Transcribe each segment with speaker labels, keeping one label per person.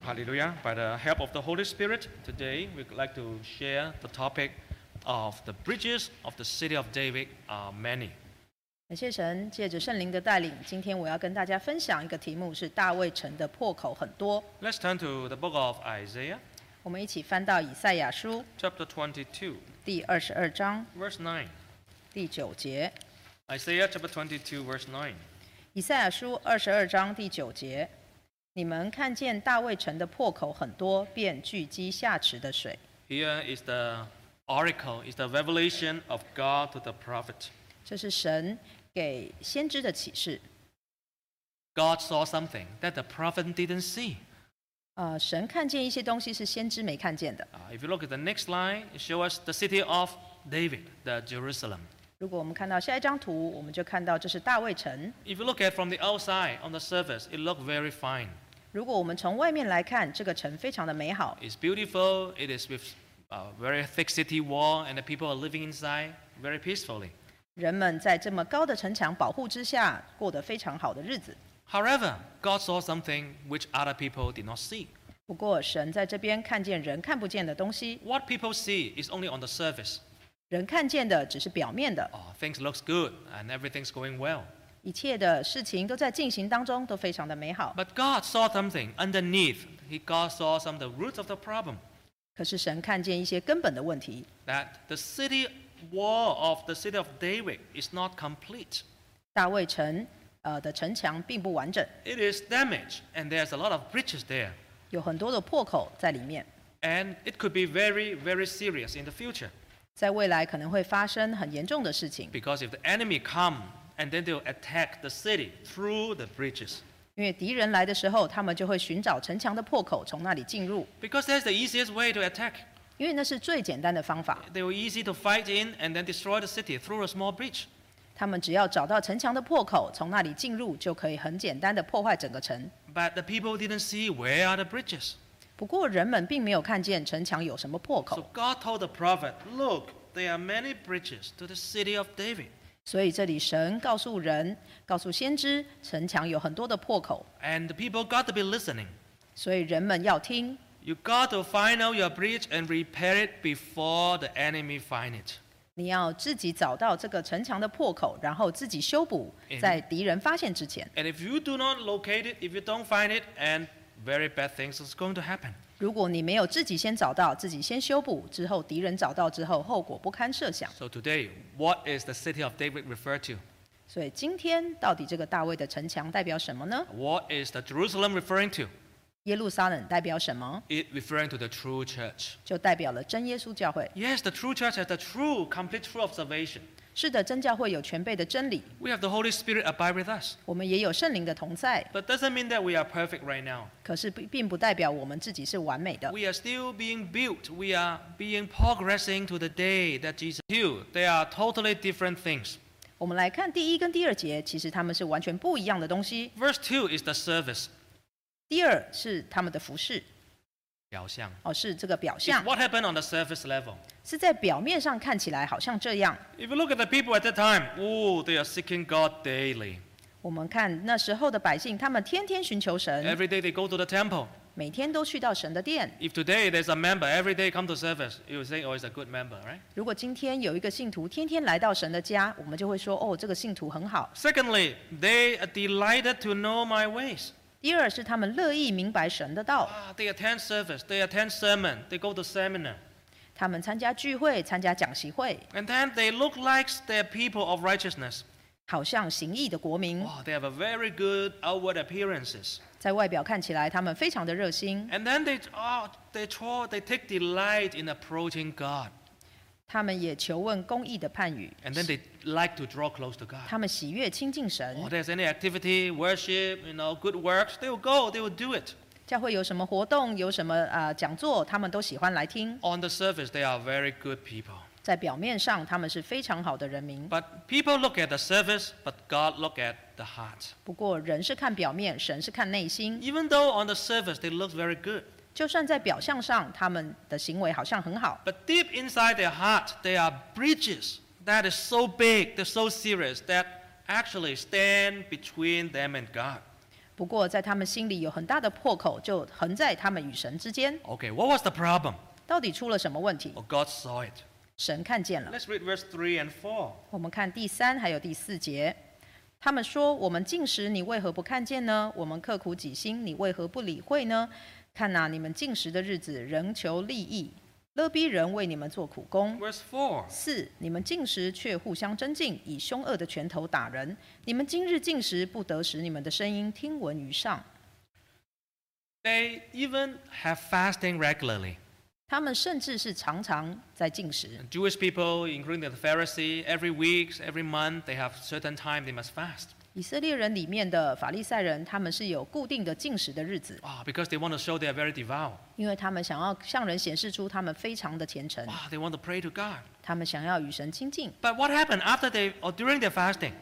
Speaker 1: Hallelujah. By the help of the Holy Spirit, today we'd like to share the topic of the bridges of the city of David are many.
Speaker 2: 感谢神，借着圣灵的带领，今天我要跟大家分享一个题目是大卫城的破口很多。
Speaker 1: Let's turn to the book of Isaiah,
Speaker 2: 我们一起翻到以赛亚书
Speaker 1: chapter 22,
Speaker 2: 第二十二章
Speaker 1: verse 9.
Speaker 2: 第九节。
Speaker 1: Isaiah chapter 22, verse 9.
Speaker 2: 以赛亚书二十二章第九节：你们看见大卫城的破口很多，便聚集下池的水。
Speaker 1: Here is the oracle, is the revelation of God to the prophet.
Speaker 2: 这是神给先知的启示。
Speaker 1: God saw something that the prophet didn't see.
Speaker 2: 呃，神看见一些东西是先知没看见的。
Speaker 1: Uh, if you look at the next line, it shows us the city of David, the Jerusalem.
Speaker 2: 如果我们看到下一张图，我们就看到这是大卫城。
Speaker 1: If you look at from the outside on the surface, it looked very fine.
Speaker 2: 如果我们从外面来看，这个城非常的美好，
Speaker 1: It's beautiful. It is with a very thick city wall, and the people are living inside very peacefully.
Speaker 2: 人们在这么高的城墙保护之下，过得非常好的日子。
Speaker 1: However, God saw something which other people did not see.
Speaker 2: 不过，神在这边看见人看不见的东西，
Speaker 1: What people see is only on the surface.
Speaker 2: 人看见的只是表面的，
Speaker 1: Oh, things looks good and everything's going well.
Speaker 2: 一切的事情都在进行当中，都非常的美好。
Speaker 1: But God saw something underneath. He God saw some of the roots of the problem.
Speaker 2: 可是，神看见一些根本的问题，
Speaker 1: That the city wall of the city of David is not complete.
Speaker 2: 大卫城呃的城墙并不完整，
Speaker 1: It is damaged, and there's a lot of breaches there.
Speaker 2: 有很多的破口在里面，
Speaker 1: And it could be very, very serious in the future.
Speaker 2: 在未来可能会发生很严重的事情，
Speaker 1: Because if the enemy come and then they'll attack the city through the breaches.
Speaker 2: 因为敌人来的时候，他们就会寻找城墙的破口，从那里进入，
Speaker 1: Because that's the easiest way to attack.
Speaker 2: 因为那是最简单的方法。
Speaker 1: They were easy to fight in and then destroy the city through a small breach.
Speaker 2: 他们只要找到城墙的破口，从那里进入，就可以很简单的破坏整个城。
Speaker 1: But the people didn't see where are the breaches.
Speaker 2: 不过人们并没有看见城墙有什么破
Speaker 1: So
Speaker 2: 口，
Speaker 1: God told the prophet, Look, there are many breaches to the city of David.
Speaker 2: 所以这里神告诉人，告诉先知，城墙有很多的破口，
Speaker 1: And the people got to be listening.
Speaker 2: 所以人们要听，
Speaker 1: You got to find out your breach and repair it before the enemy find it.
Speaker 2: 你要自己找到这个城墙的破口，然后自己修补
Speaker 1: Amen，
Speaker 2: 在敌人发现之前。
Speaker 1: And if you do not locate it, if you don't find it, and very bad things is going to happen.
Speaker 2: 如果你没有自己先找到，自己先修补，之后敌人找到之后，后果不堪设想。
Speaker 1: So today, what is the city of David referred to?
Speaker 2: 所以今天到底这个大卫的城墙代表什么呢？
Speaker 1: What is the Jerusalem referring to?
Speaker 2: 耶路撒冷代表什么？
Speaker 1: It referring to the true church.
Speaker 2: 就代表了真耶稣教会。
Speaker 1: Yes, the true church has the true, complete true observation.
Speaker 2: 是的，真教会有全备的真理，
Speaker 1: We have the Holy Spirit abide with us.
Speaker 2: 我们也有圣灵的同在，
Speaker 1: But doesn't mean that we are perfect right now.
Speaker 2: 可是并并不代表我们自己是完美的。
Speaker 1: We are still being built. We are being progressing to the day that Jesus healed. They are totally different things.
Speaker 2: 我们来看第一跟第二节，其实他们是完全不一样的东西。
Speaker 1: Verse 2 is the service.
Speaker 2: 第二是他们的服饰，
Speaker 1: 表象.
Speaker 2: 哦，是这个表
Speaker 1: It's
Speaker 2: 象，
Speaker 1: what happened on the surface level.
Speaker 2: 是在表面上看起来好像这样。
Speaker 1: If you look at the people at that time, oh, they are seeking God daily.
Speaker 2: 我们看那时候的百姓，他们天天寻求神，
Speaker 1: Every day they go to the temple.
Speaker 2: 每天都去到神的殿。
Speaker 1: If today there's a member, every day come to service, you will say, oh, it's a good member, right?
Speaker 2: 如果今天有一个信徒天天来到神的家，我们就会说，哦，这个信徒很好。
Speaker 1: Secondly, they are delighted to know my ways.
Speaker 2: 第二是他们乐意明白神的道，
Speaker 1: Ah, they attend service, they attend sermon, they go to seminar.
Speaker 2: 他们参加聚会、参加讲习会，
Speaker 1: And then they look like they're people of righteousness.
Speaker 2: 好像行义的国民，
Speaker 1: Wow, they have a very good outward appearances.
Speaker 2: 在外表看起来他们非常的热心，
Speaker 1: And then they, oh, they, try, they take delight in approaching God.
Speaker 2: 他们也求问公义的判语，
Speaker 1: And then they like to draw close to God.
Speaker 2: 他们喜悦亲近神
Speaker 1: Or。there's any activity, worship, you know, good works, they will go, they will do it.
Speaker 2: 教会有什么活动，有什么呃讲座，他们都喜欢来听。
Speaker 1: On the surface, they are very good people.
Speaker 2: 在表面上，他们是非常好的人民。
Speaker 1: But people look at the surface, but God look at the heart.
Speaker 2: 不过，人是看表面，神是看内心。
Speaker 1: Even though on the surface they look very good,
Speaker 2: 就算在表象上，他们的行为好像很好，
Speaker 1: but deep inside their heart, there are breaches that is so big, they're so serious that actually stand between them and God.
Speaker 2: 不过在他们心里有很大的破口，就横在他们与神之间。
Speaker 1: Okay, what was the problem?
Speaker 2: 到底出了什么问题？
Speaker 1: Well, God saw it.
Speaker 2: 神看见了。
Speaker 1: Let's read verse 3 and 4.
Speaker 2: 我们看第三还有第四节，他们说：“我们进食，你为何不看见呢？我们刻苦己心，你为何不理会呢？看呐、你们进食的日子，仍求利益，勒逼人为你们做苦工。
Speaker 1: Verse 4.
Speaker 2: 四，你们进食却互相争竞，以凶恶的拳头打人。你们今日进食，不得使你们的声音听闻于上。
Speaker 1: They even have fasting regularly.
Speaker 2: 他们甚至是常常在进食。
Speaker 1: And Jewish people, including the Pharisee, every week, every month, they have certain time they must fast.
Speaker 2: 以色列人里面的法利赛人，他们是有固定的进食的日子，
Speaker 1: Ah, because they want to show they are very devout.
Speaker 2: 因为他们想要向人显示出他们非常的虔诚。
Speaker 1: Ah, they want to pray to God.
Speaker 2: 他们想要与神亲近，
Speaker 1: But what happened after they or during their fasting?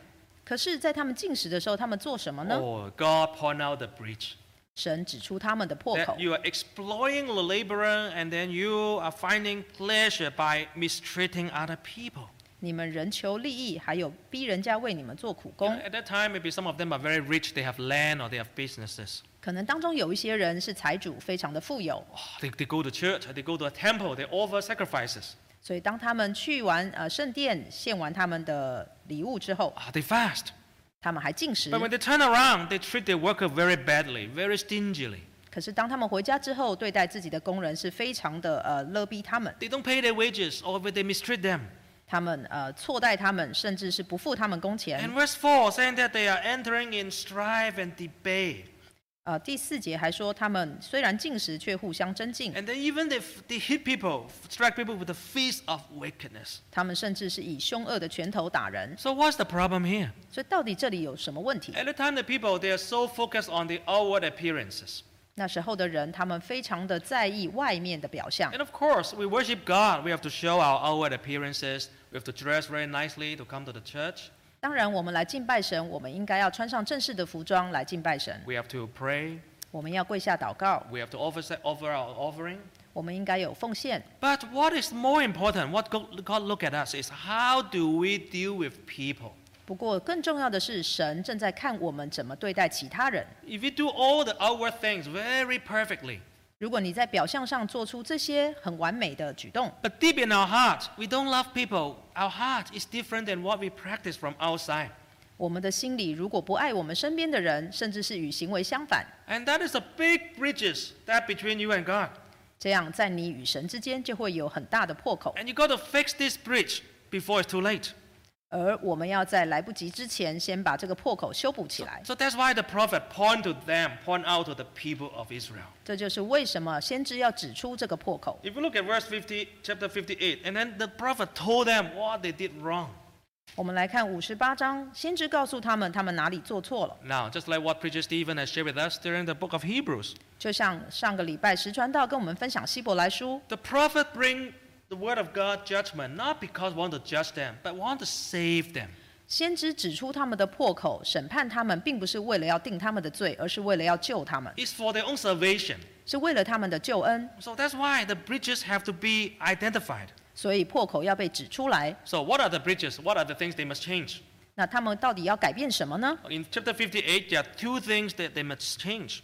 Speaker 2: 可是，在他们进食的时候，他们做什么呢？
Speaker 1: Oh, God point out the breach.
Speaker 2: 神指出他们的破口
Speaker 1: That，you are exploiting the laborer and then you are finding pleasure by mistreating other people.
Speaker 2: 你们人求利益，还有逼人家为你们做苦
Speaker 1: You
Speaker 2: 工
Speaker 1: know,。at that time, maybe some of them are very rich. They have land or they have businesses.
Speaker 2: 可能当中有一些人是财主，非常的富有，
Speaker 1: Ah, they, they go to church. They go to a temple. They offer sacrifices.
Speaker 2: 所以当他们去完呃圣殿献完他们的礼物之后，
Speaker 1: Ah, they fast.
Speaker 2: 他们还进食
Speaker 1: But。when they turn around, they treat their worker very badly, very stingily.
Speaker 2: 可是当他们回家之后，对待自己的工人是非常的呃勒逼他们，
Speaker 1: They don't pay their wages or they mistreat them.
Speaker 2: 他们呃错待他们，甚至是不付他们工钱
Speaker 1: And。verse 4 saying that they are entering in strife and debate.
Speaker 2: 呃，第四节还说他们虽然进食，却互相争竞。
Speaker 1: And then even they, f- they hit people, strike people with the fist of wickedness.
Speaker 2: 他们甚至是以凶恶的拳头打人。
Speaker 1: So what's the problem here?
Speaker 2: 所以到底这里有什么问题？
Speaker 1: At the time, the people, they are so focused on the outward appearances.
Speaker 2: 那时候的人，他们非常的在意外面的表象。
Speaker 1: And of course, we worship God. We have to show our outward appearances. We have to dress very nicely to come to the church.
Speaker 2: 当然，我们来敬拜神，我们应该要穿上正式的服装来敬拜神。
Speaker 1: We have to pray.
Speaker 2: 我们要跪下祷告，
Speaker 1: We have to offer, sa- offer our offering.
Speaker 2: 我们应该有奉献。
Speaker 1: But what is more important, what God God look at us, is how do we deal with people?
Speaker 2: 不过，更重要的是，神正在看我们怎么对待其他人。
Speaker 1: If you do all the outward things very perfectly,
Speaker 2: 如果你在表象上做出这些很完美的举动，
Speaker 1: but deep in our heart, we don't love people, our heart is different than what we practice from outside.
Speaker 2: 我们的心里如果不爱我们身边的人，甚至是与行为相反，
Speaker 1: And that is a big bridges that between you and God.
Speaker 2: 这样在你与神之间就会有很大的破口。
Speaker 1: And you got to fix this bridge before it's too late.
Speaker 2: 而我们要在来不及之前，先把这个破口修补起来。
Speaker 1: So that's why the prophet point to them, point out to the people of Israel.
Speaker 2: 这就是为什么先知要指出这个破口。
Speaker 1: If you look at verse 50, chapter 58, and then the prophet told them what they did wrong.
Speaker 2: 我们来看五十八章，先知告诉他们他们哪里做错了。
Speaker 1: Now, just like what preacher Stephen has shared with us during the book of Hebrews,
Speaker 2: 就像上个礼拜石传道跟我们分享希伯来书，
Speaker 1: the prophet bring the word of God judgment not because want to judge them, but want to save them.
Speaker 2: 先知指出他们的破口，审判他们，并不是为了要定他们的罪，而是为了要救他们，
Speaker 1: It's for their own salvation.
Speaker 2: 是为了他们的救恩。
Speaker 1: So that's why the bridges have to be identified.
Speaker 2: 所以破口要被指出来。
Speaker 1: So what are the bridges? What are the things they must change?
Speaker 2: 那他们到底要改变什么呢？
Speaker 1: In chapter 58, there are two things that they must change.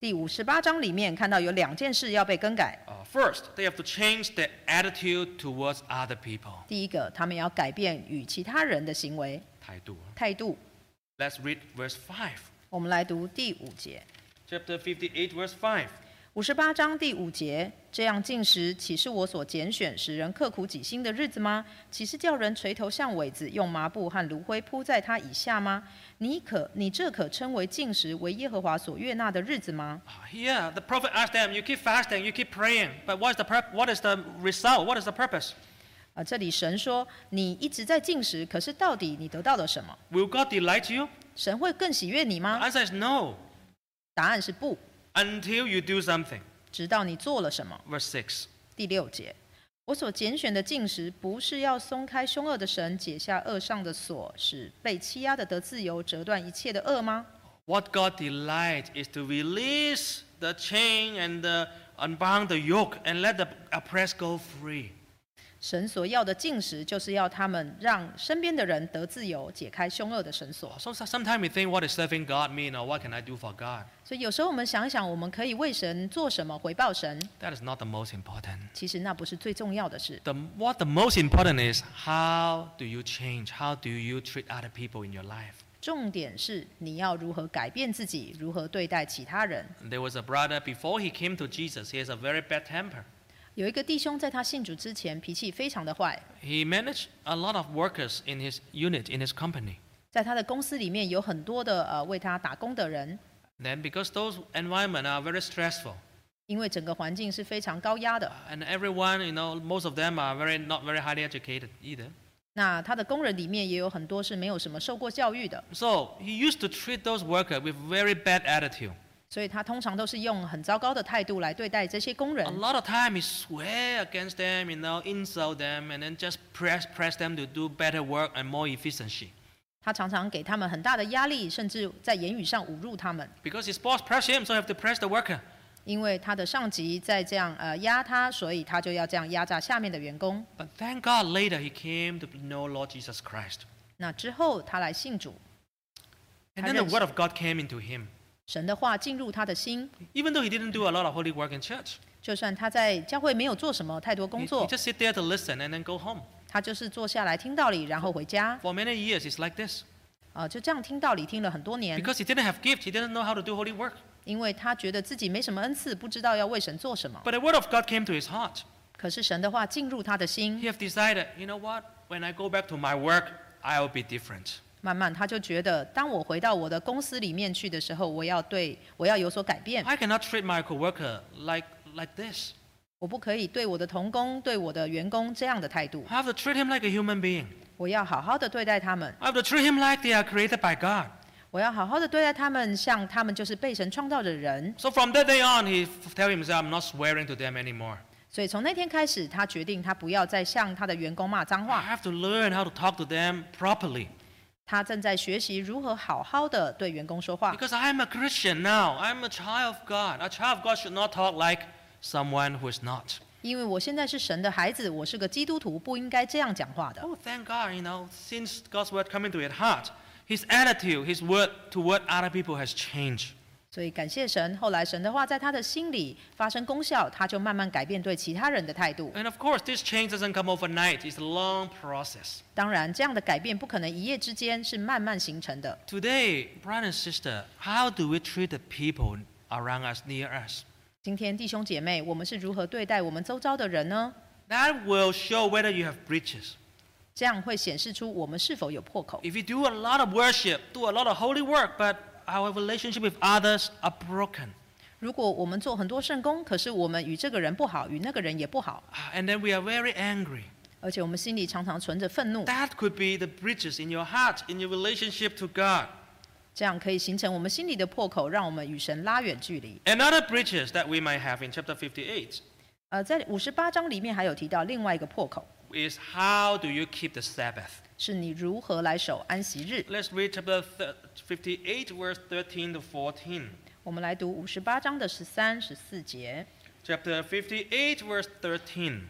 Speaker 2: 第五十八章里面看到有两件事要被更改。
Speaker 1: Uh, first, they have to change their attitude towards other people.
Speaker 2: 第一个，他们要改变与其他人的行为
Speaker 1: 态度.
Speaker 2: 态度。
Speaker 1: Let's read verse 5.
Speaker 2: 我们来读第五节，
Speaker 1: Chapter 58, verse 5.
Speaker 2: 五十八章第五节：这样进食，岂是我所拣选使人刻苦己心的日子吗？岂是叫人垂头像苇子，用麻布和炉灰铺在他以下吗？你可，你这可称为进食，为耶和华所悦纳的日子吗？
Speaker 1: Ah, Here, the prophet asked them, You keep fasting, you keep praying, but what is the, purp- what is the result? What is the purpose?
Speaker 2: 啊，这里神说，你一直在进食，可是到底你得到了什么？
Speaker 1: Will God delight you?
Speaker 2: 神会更喜悦你
Speaker 1: The
Speaker 2: 吗？
Speaker 1: answer is no,
Speaker 2: 答案是不，
Speaker 1: until you do something.
Speaker 2: 直到你做了什么。
Speaker 1: Verse 6.
Speaker 2: 第六节，我所拣选的禁食，不是要松开凶恶的绳，解下恶上的锁，使被欺压的得自由，折断一切的恶吗？
Speaker 1: What God delights is to release the chain and the, unbound the yoke and let the oppressed go free.
Speaker 2: 神所要的禁食，就是要他们让身边的人得自由，解开凶恶的绳索。
Speaker 1: So sometimes we think, what is serving God mean or what can I do for God?
Speaker 2: 所以有时候我们想一想，我们可以为神做什么，回报神，
Speaker 1: That is not the most important.
Speaker 2: 其实那不是最重要的事。
Speaker 1: The, what the most important is, how do you change? How do you treat other people in your life?
Speaker 2: 重点是你要如何改变自己，如何对待其他人。
Speaker 1: There was a brother before he came to Jesus, he has a very bad temper.
Speaker 2: 有一个弟兄在他信主之前脾气非常的坏，
Speaker 1: He managed a lot of workers in his unit, in his company.
Speaker 2: 在他的公司里面有很多的呃为他打工的人，
Speaker 1: Then, because those environment are very stressful,
Speaker 2: 因为整个环境是非常高压的。
Speaker 1: and everyone, you know, most of them are very not very highly educated either.
Speaker 2: 那他的工人里面也有很多是没有什么受过教育的，
Speaker 1: So he used to treat those workers with very bad attitude.
Speaker 2: 所以他通常都是用很糟糕的态度来对待这些工
Speaker 1: A
Speaker 2: 人。
Speaker 1: lot of time he swear against them, you know, insult them, and then just press press them to do better work and more efficiency.
Speaker 2: 他常常给他们很大的压力，甚至在言语上侮辱他们，
Speaker 1: Because his boss pressed him, so he have to press the worker.
Speaker 2: 因为他的上级在这样呃压他，所以他就要这样压榨下面的员工。
Speaker 1: But thank God later he came to know Lord Jesus Christ.
Speaker 2: 那之后他来信主，
Speaker 1: And then the word of God came into him.
Speaker 2: 神的话进入他的心。
Speaker 1: Even though he didn't do a lot of holy work in church,
Speaker 2: 就算他在教会没有做什么太多
Speaker 1: he,
Speaker 2: 工
Speaker 1: he
Speaker 2: 作，
Speaker 1: just sit there to listen and then go home.
Speaker 2: 他就是坐下来听道理，然后回家。
Speaker 1: For many years, it's like this.
Speaker 2: 啊，就这样听道理听了很多年，
Speaker 1: Because he didn't have gift, he didn't know how to do holy work.
Speaker 2: 因为他觉得自己没什么恩赐，不知道要为神做什么。
Speaker 1: But the word of God came to his heart.
Speaker 2: 可是神的话进入他的心，
Speaker 1: He have decided, you know what? When I go back to my work, I will be different.
Speaker 2: 慢慢他就觉得，当我回到我的公司里面去的时候，我要对我要有所改变，
Speaker 1: I cannot treat my coworker like like this.
Speaker 2: 我不可以对我的童工、对我的员工这样的态度，
Speaker 1: I have to treat him like a human being.
Speaker 2: 我要好好的对待他们，
Speaker 1: I have to treat him like they are created by God.
Speaker 2: 我要好好的对待他们，像他们就是被神创造的人。
Speaker 1: So from that day on, he f- tell himself, I'm not swearing to them anymore.
Speaker 2: 所以从那天开始，他决定他不要再向他的员工骂脏
Speaker 1: I
Speaker 2: 话，
Speaker 1: have to learn how to talk to them properly
Speaker 2: 他正在学习如何好好的对员工说话。
Speaker 1: because I am a Christian now. I'm a child of God. A child of God should not talk like someone who is not.
Speaker 2: 因为我现在是神的孩子，我是个基督徒，不应该这样讲话的。
Speaker 1: Oh, thank God, you know, since God's word coming to his heart, his attitude, his word toward other people has changed.
Speaker 2: 所以感谢神，后来神的话在他的心里发生功效，他就慢慢改变对其他人的态度。
Speaker 1: And of course, this change doesn't come overnight. It's a long process.
Speaker 2: 当然，这样的改变不可能一夜之间，是慢慢形成的。
Speaker 1: Today, brother and sister, how do we treat the people around us, near us?
Speaker 2: 今天弟兄姐妹，我们是如何对待我们周遭的人呢？
Speaker 1: That will show whether you have breaches.
Speaker 2: 这样会显示出我们是否有破口。
Speaker 1: If you do a lot of worship, do a lot of holy work, but our relationship with others are broken,
Speaker 2: 如果我们做很多圣功，可是我们与这个人不好，与那个人也不好，
Speaker 1: and then we are very angry,
Speaker 2: 而且我们心里常常存着愤怒，
Speaker 1: that could be the breaches in your heart, in your relationship to God.
Speaker 2: 这样可以形成我们心里的破口，让我们与神拉远距离。
Speaker 1: Another breaches that we might have in chapter 58
Speaker 2: 呃，在五十八章里面还有提到另外一个破口，
Speaker 1: is how do you keep the Sabbath?
Speaker 2: 是你如何来守安息日。
Speaker 1: Let's read chapter thir- 58, verse 13 to 14.
Speaker 2: 我们来读五十八章的十三、十四节。
Speaker 1: Chapter 58, verse 13.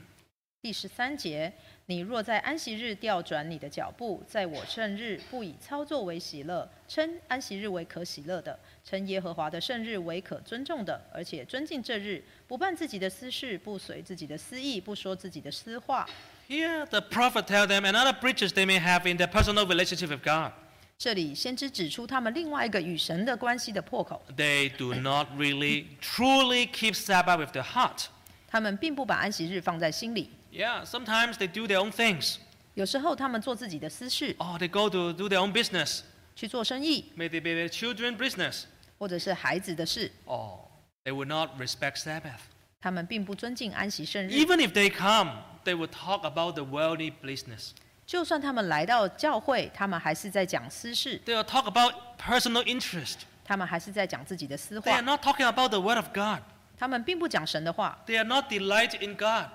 Speaker 2: 第十三节，你若在安息日调转你的脚步，在我圣日不以操作为喜乐，称安息日为可喜乐的，称耶和华的圣日为可尊重的，而且尊敬这日，不办自己的私事，不随自己的私意，不说自己的私话。
Speaker 1: Here, the prophet tell them another breaches they may have in their personal relationship with God.
Speaker 2: 这里先知指出他们另外一个与神的关系的破口，
Speaker 1: They do not really truly keep Sabbath with their heart.
Speaker 2: 他们并不把安息日放在心里。
Speaker 1: Yeah, sometimes they do their own things.
Speaker 2: 有时候他们做自己的私事，
Speaker 1: Oh, they go to do their own business.
Speaker 2: 去做生意，
Speaker 1: Maybe be their children business.
Speaker 2: 或者是孩子的事，
Speaker 1: Oh, they will not respect Sabbath.
Speaker 2: 他们并不尊敬安息圣日。
Speaker 1: Even if they come, they will talk about the worldly business.
Speaker 2: 就算他们来到教会，他们还是在讲私事，
Speaker 1: They will talk about personal interest.
Speaker 2: 他们还是在讲自己的私
Speaker 1: They are
Speaker 2: 话，
Speaker 1: not talking about the word of God.
Speaker 2: 他们并不讲神的话，
Speaker 1: They are not delighted in God.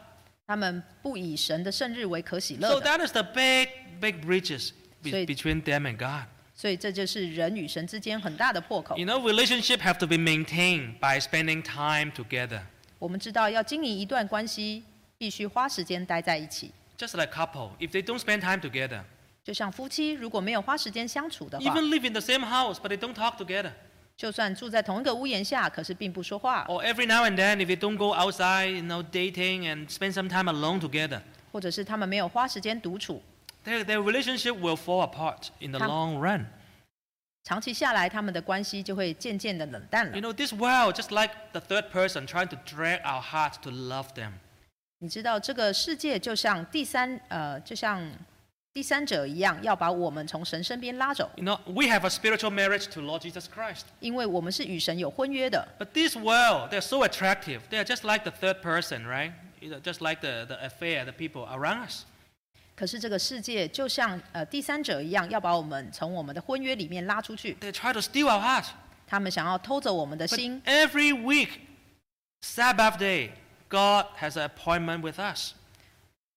Speaker 2: 他们不以神的圣日为可喜
Speaker 1: So
Speaker 2: 乐的。
Speaker 1: that is the big, big breaches be-
Speaker 2: 所以-
Speaker 1: between them and God.
Speaker 2: 所以这就是人与神之间很大的破口
Speaker 1: You。know, relationship have to be maintained by spending time together.
Speaker 2: 我们知道，要经营一段关系，必须花时间待在一起。
Speaker 1: Just like couple, if they don't spend time together,
Speaker 2: 就像夫妻如果没有花时间相处的话，
Speaker 1: even live in the same house but they don't talk together,
Speaker 2: 就算住在同一个屋檐下，可是并不说话，
Speaker 1: or every now and then if they don't go outside, you know, dating and spend some time alone together,
Speaker 2: 或者是他们没有花时间独处，
Speaker 1: their, their relationship will fall apart in the
Speaker 2: Come.
Speaker 1: long run.
Speaker 2: 长期下来，他们的关系就会渐渐的冷淡
Speaker 1: You
Speaker 2: 了。
Speaker 1: know, this world, just like the third person trying to drag our hearts to love them.
Speaker 2: 你知道，这个世界就像第三呃，就像第三者一样，要把我们从神身边拉走，
Speaker 1: You know, we have a spiritual marriage to Lord Jesus Christ.
Speaker 2: 因为我们是与神有婚约的。
Speaker 1: But this world, they're so attractive. They're just like the third person, right? You know, just like the, the affair, the people around us.
Speaker 2: 可是这个世界就像呃第三者一样，要把我们从我们的婚约里面拉出去。
Speaker 1: They try to steal our hearts.
Speaker 2: 他们想要偷走我们的
Speaker 1: But
Speaker 2: 心。
Speaker 1: every week, Sabbath day, God has an appointment with us.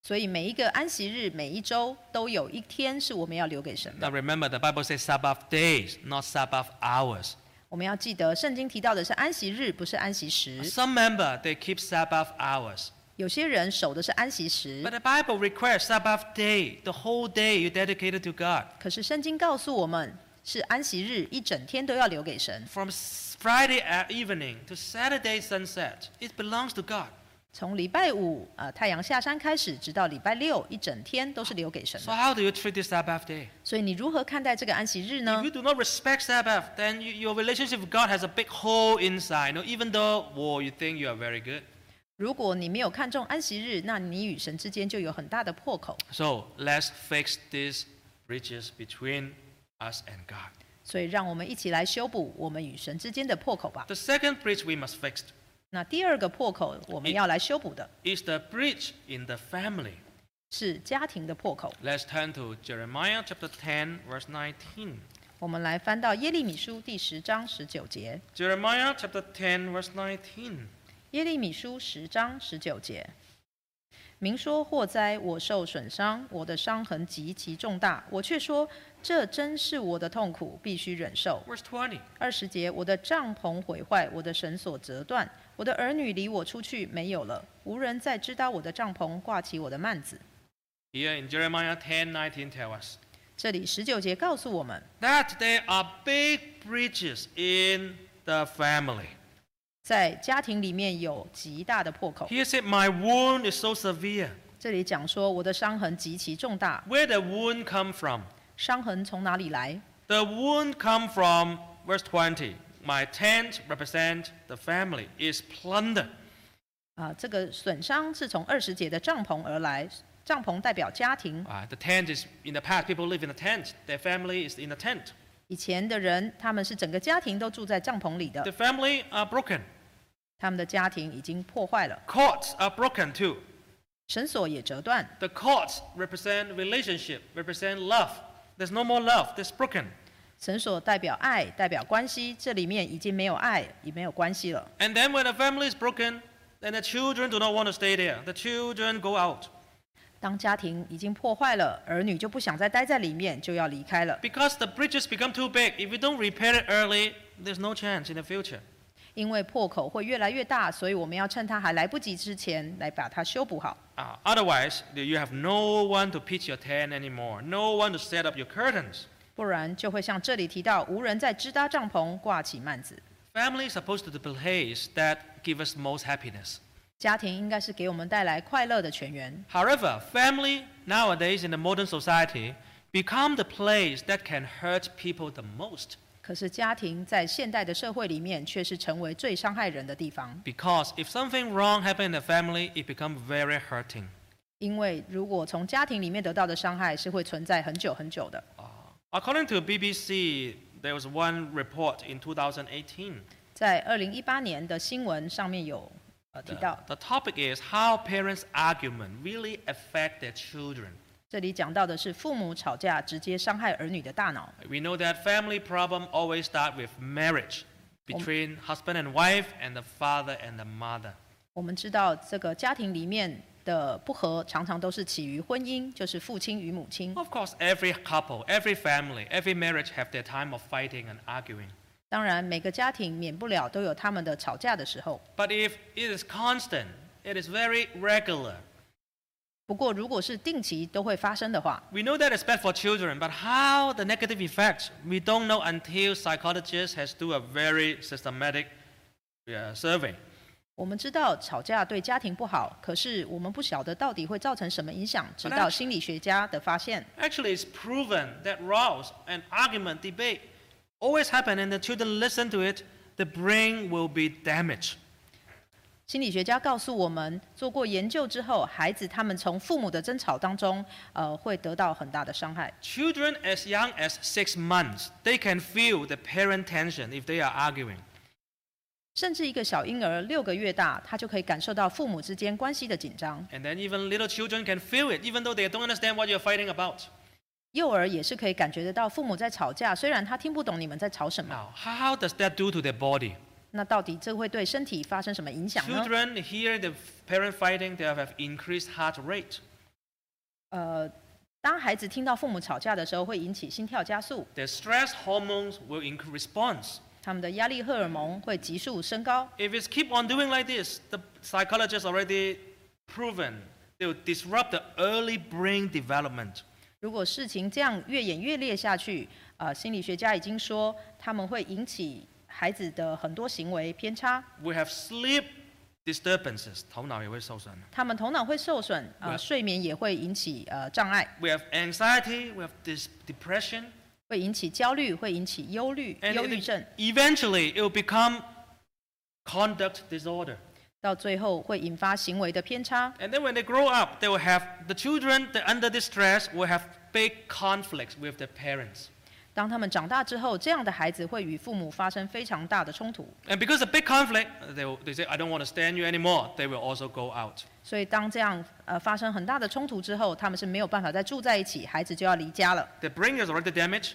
Speaker 2: 所以每一个安息日，每一周都有一天是我们要留给神的。
Speaker 1: Now remember, the Bible says Sabbath days, not Sabbath hours.
Speaker 2: 我们要记得，圣经提到的是安息日，不是安息时。
Speaker 1: Some member, they keep Sabbath hours.
Speaker 2: 有些人守的是安息时
Speaker 1: But，the Bible requires Sabbath day, the whole day you dedicated to God.
Speaker 2: 可是圣经告诉我们，是安息日一整天都要留给神，
Speaker 1: From s- Friday a- evening to Saturday sunset, it belongs to God.
Speaker 2: 从礼拜五呃太阳下山开始，直到礼拜六一整天都是留给神
Speaker 1: So
Speaker 2: 的。
Speaker 1: how do you treat this Sabbath day?
Speaker 2: 所以你如何看待这个安息日呢
Speaker 1: If you？do not respect Sabbath, then you, your relationship with God has a big hole inside. You know, even though, whoa, you think you are very good.
Speaker 2: 如果你没有看重安息日，那你与神之间就有很大的破口。
Speaker 1: So let's fix these bridges between us and God.
Speaker 2: 所以让我们一起来修补我们与神之间的破口吧。
Speaker 1: The second bridge we must fix
Speaker 2: 那第二个破口，我们要来修补的
Speaker 1: is the bridge in the family.
Speaker 2: 是家庭的破口。
Speaker 1: Let's turn to Jeremiah chapter 10, verse 19.
Speaker 2: 我们来翻到耶利米书第十章十九节，
Speaker 1: Jeremiah chapter 10, verse 19.
Speaker 2: 耶利米书十章十九节。明说祸灾，我受损伤，我的伤痕极其重大。我却说，这真是我的痛苦，必须忍受。
Speaker 1: Verse 20.
Speaker 2: 二十节，我的帐篷毁坏，我的绳索折断，我的儿女离我出去没有了，无人再知道我的帐篷，挂起我的幔子。
Speaker 1: Here in Jeremiah 10, 19 tell us
Speaker 2: 这里十九节告诉我们，
Speaker 1: that there are big bridges in the family.
Speaker 2: 在家庭里面有极大的破口。
Speaker 1: He said, My wound is so severe.
Speaker 2: 这里讲说我的伤痕极其重大，
Speaker 1: Where the wound come from?
Speaker 2: 伤痕从哪里来？
Speaker 1: The wound come from verse 20. My tent represent the family is plundered.
Speaker 2: 啊、这个损伤是从二十节的帐篷而来，帐篷代表家庭。
Speaker 1: Uh, the tent is in the past. People live in a tent. Their family is in a tent.
Speaker 2: 以前的人，他们是整个家庭都住在帐篷里的
Speaker 1: The，family are broken.
Speaker 2: 他们的家庭已经破坏了，
Speaker 1: Cords are broken too.
Speaker 2: 绳索也折断。
Speaker 1: The cords represent relationship, represent love. There's no more love. There's broken.
Speaker 2: 绳索代表爱，代表关系，这里面已经没有爱，也没有关系了。
Speaker 1: And then when a family is broken, then the children do not want to stay there. The children go out
Speaker 2: 当家庭已经破坏了，儿女就不想再待在里面，就要离开了。
Speaker 1: because the bridges become too big. If we don't repair it early, there's no chance in the future.
Speaker 2: 因为破口会越来越大，所以我们要趁它还来不及之前来把它修补好。
Speaker 1: Uh, otherwise, you have no one to pitch your tent anymore, no one to set up your curtains.
Speaker 2: 不然就会像这里提到，无人再支搭帐篷，挂起幔子。
Speaker 1: Family is supposed to be the place that gives us most happiness.
Speaker 2: 家庭应该是给我们带来快乐的泉源。
Speaker 1: However, family nowadays in the modern society become the place that can hurt people the most
Speaker 2: 可是家庭在现代的社会里面，却是成为最伤害人的地方。
Speaker 1: because if something wrong happen in the family, it becomes very hurting.
Speaker 2: 因为如果从家庭里面得到的伤害是会存在很久很久的。
Speaker 1: Uh, According to BBC, there was one report in 2018.
Speaker 2: 在二零一八年的新闻上面有呃提
Speaker 1: The,
Speaker 2: 到，
Speaker 1: the topic is how parents' argument really affect their children.
Speaker 2: 这里讲到的是父母吵架直接伤害儿女的大脑。
Speaker 1: We know that family problem always start with marriage between husband and wife and the father and the mother.
Speaker 2: 我们知道这个家庭里面的不和常常都是起于婚姻，就是父亲与母亲。
Speaker 1: Of course, every couple, every family, every marriage have their time of fighting and arguing.
Speaker 2: 当然，每个家庭免不了都有他们的吵架的时候。
Speaker 1: But if it is constant, it is very regular,
Speaker 2: 不过，如果是定期都会发生的话，
Speaker 1: We know that it's bad for children, but how the negative effects, we don't know until psychologist has do a very systematic uh, survey.
Speaker 2: 我们知道吵架对家庭不好，可是我们不晓得到底会造成什么影响，直到心理学家的发现。
Speaker 1: Actually, it's proven that rows and argument, debate always happen and the children listen to it, the brain will be damaged.
Speaker 2: 心理学家告诉我们，做过研究之后，孩子他们从父母的争吵当中，呃，会得到很大的伤害。
Speaker 1: Children as young as six months, they can feel the parent tension if they are arguing.
Speaker 2: 甚至一个小婴儿六个月大，他就可以感受到父母之间关系的紧张。
Speaker 1: And then even little children can feel it, even though they don't understand what you're fighting about.
Speaker 2: 幼儿也是可以感觉得到父母在吵架，虽然他听不懂你们在吵什么。
Speaker 1: Now, how does that do to their body?
Speaker 2: 那到底这会对身体发生什么影响呢？
Speaker 1: Children hear the parent fighting, they have increased heart rate.
Speaker 2: 呃，当孩子听到父母吵架的时候，会引起心跳加速，
Speaker 1: Their stress hormones will increase response.
Speaker 2: 他们的压力荷尔蒙会急速升高。
Speaker 1: If it's keep on doing like this, the psychologist already proven they will disrupt the early brain development.
Speaker 2: 如果事情这样越演越烈下去，呃，心理学家已经说他们会引起孩子的很多行为偏差，
Speaker 1: We have sleep disturbances, 头脑也会受损.
Speaker 2: 他们头脑会受损，呃，
Speaker 1: Well-
Speaker 2: 睡眠也会引起呃障碍，
Speaker 1: We have anxiety, we have dis- depression,
Speaker 2: 会引起焦虑，会引起忧虑、
Speaker 1: and
Speaker 2: 忧郁
Speaker 1: it-
Speaker 2: 症，
Speaker 1: eventually it will become conduct disorder.
Speaker 2: 到最后会引发行为的偏差。
Speaker 1: And then when they grow up, they will have the children that under this stress will have big conflicts with their parents.
Speaker 2: 当他们长大之后，这样的孩子会与父母发生非常大的冲突。
Speaker 1: And because of big conflict, they, will, they say, I don't want to stand you anymore. They will also go out.
Speaker 2: 所以，当这样呃发生很大的冲突之后，他们是没有办法再住在一起，孩子就要离家了。
Speaker 1: Their brain is already damaged.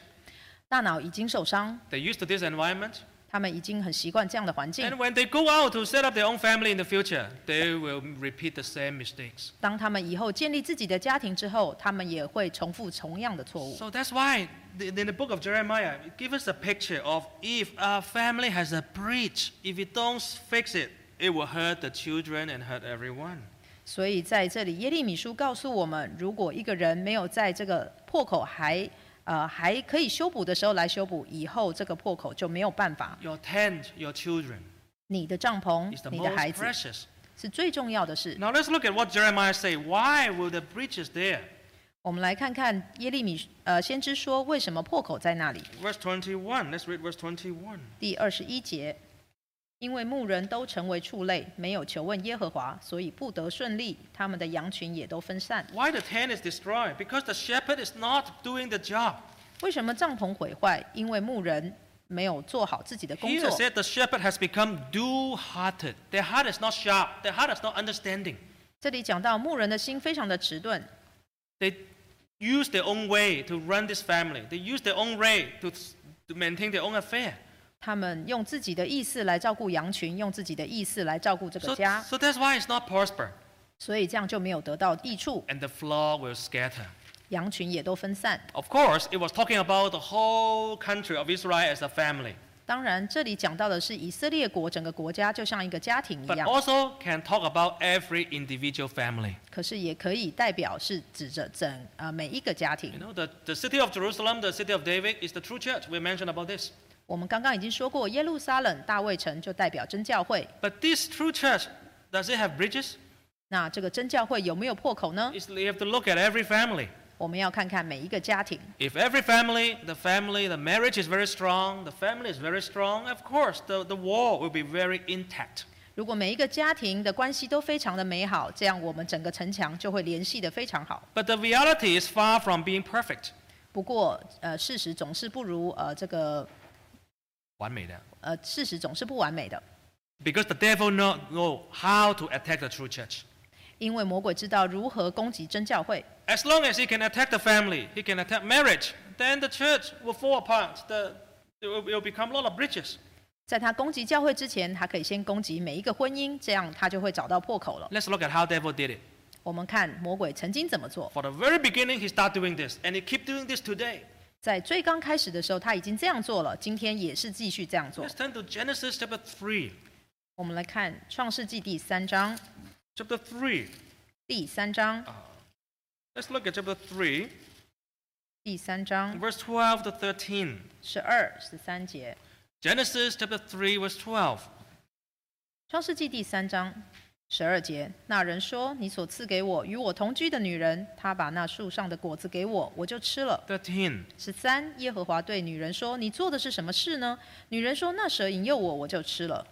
Speaker 2: 大脑已经受伤，
Speaker 1: They're used to this environment.
Speaker 2: 他们已经很习惯这样的环境
Speaker 1: And。when they go out to set up their own family in the future, they will repeat the same mistakes.
Speaker 2: 当他们以后建立自己的家庭之后，他们也会重复同样的错误。
Speaker 1: So that's why the- in the book of Jeremiah, it gives us a picture of if a family has a breach, if you don't fix it, it will hurt the children and hurt everyone.
Speaker 2: 所以在这里，耶利米书告诉我们，如果一个人没有在这个破口还呃还可以修补的时候来修补，以后这个破口就没有办法。
Speaker 1: Your tent, your children
Speaker 2: 你的帐篷
Speaker 1: is the，
Speaker 2: 你的孩
Speaker 1: most
Speaker 2: 子
Speaker 1: precious.
Speaker 2: 是最重要的事。
Speaker 1: Now let's look at what Jeremiah say. Why will the breaches there?
Speaker 2: 我们来看看耶利米呃先知说为什么破口在那里。
Speaker 1: Verse 21. Let's read verse 21.
Speaker 2: 第二十一节，因为牧人都成为畜类，没有求问耶和华，所以不得顺利，他们的羊群也都分散。
Speaker 1: Why the tent is destroyed? Because the shepherd is not doing the job.
Speaker 2: 为什么帐篷毁坏？因为牧人没有做好自己的工
Speaker 1: Here
Speaker 2: 作。
Speaker 1: said the shepherd has become dull-hearted. Their heart is not sharp. Their heart is not understanding.
Speaker 2: 这里讲到牧人的心非常的迟钝，
Speaker 1: They use their own way to run this family. They use their own way to, to maintain their own affair.
Speaker 2: 他们用自己的意思来照顾羊群，用自己的意思来照顾这个
Speaker 1: So,
Speaker 2: 家，
Speaker 1: so that's why it's not prosper.
Speaker 2: 所以这样就没有得到益处，
Speaker 1: And the flock will scatter.
Speaker 2: 羊群也都分散。
Speaker 1: Of course, it was talking about the whole country of Israel as a family.
Speaker 2: 当然，这里讲到的是以色列国整个国家就像一个家庭一
Speaker 1: But
Speaker 2: 样，
Speaker 1: also can talk about every individual family.
Speaker 2: 可是也可以代表是指着整啊、呃、每一个家庭
Speaker 1: You。know, the, the city of Jerusalem, the city of David, is the true church. We mentioned about this.
Speaker 2: 我们刚刚已经说过，耶路撒冷、大卫城就代表真教会。
Speaker 1: But this true church, does it have bridges?
Speaker 2: 那这个真教会有没有破口呢？
Speaker 1: It's, you have to look at every family.
Speaker 2: 我们要看看每一个家庭。
Speaker 1: If every family, the family, the marriage is very strong, the family is very strong, of course, the, the wall will be very intact.
Speaker 2: 如果每一个家庭的关系都非常的美好，这样我们整个城墙就会联系的非常好。
Speaker 1: But the reality is far from being perfect.
Speaker 2: 不过，呃，事实总是不如呃这个
Speaker 1: 完美的。
Speaker 2: 呃事实总是不完美的，
Speaker 1: Because the devil know, know how to attack the true church.
Speaker 2: 因为魔鬼知道如何攻击真教会。
Speaker 1: As long as he can attack the family, he can attack marriage, then the church will fall apart. The, it, will, it will become a lot of bridges.
Speaker 2: 在他攻击教会之前，他可以先攻击每一个婚姻，这样他就会找到破口了。
Speaker 1: Let's look at how devil did it.
Speaker 2: 我们看魔鬼曾经怎么做，
Speaker 1: For the very beginning, he started doing this, and he keep doing this today.
Speaker 2: 在最刚开始的时候，他已经这样做了，今天也是继续这样做
Speaker 1: Let's。turn to Genesis chapter 3.
Speaker 2: 我们来看《创世纪》第三章，
Speaker 1: Chapter 3.
Speaker 2: 第三章
Speaker 1: Uh, Let's look at chapter 3,
Speaker 2: 第三章
Speaker 1: verse 12 to 13.
Speaker 2: 十二十三节，
Speaker 1: Genesis chapter 3, verse 12.
Speaker 2: 创世纪第三章十二节，那人说：“你所赐给我与我同居的女人，她把那树上的果子给我，我就吃了。
Speaker 1: 13. ”
Speaker 2: 十三，耶和华对女人说：“你做的是什么事呢？”女人说：“那蛇引诱我，我就吃了。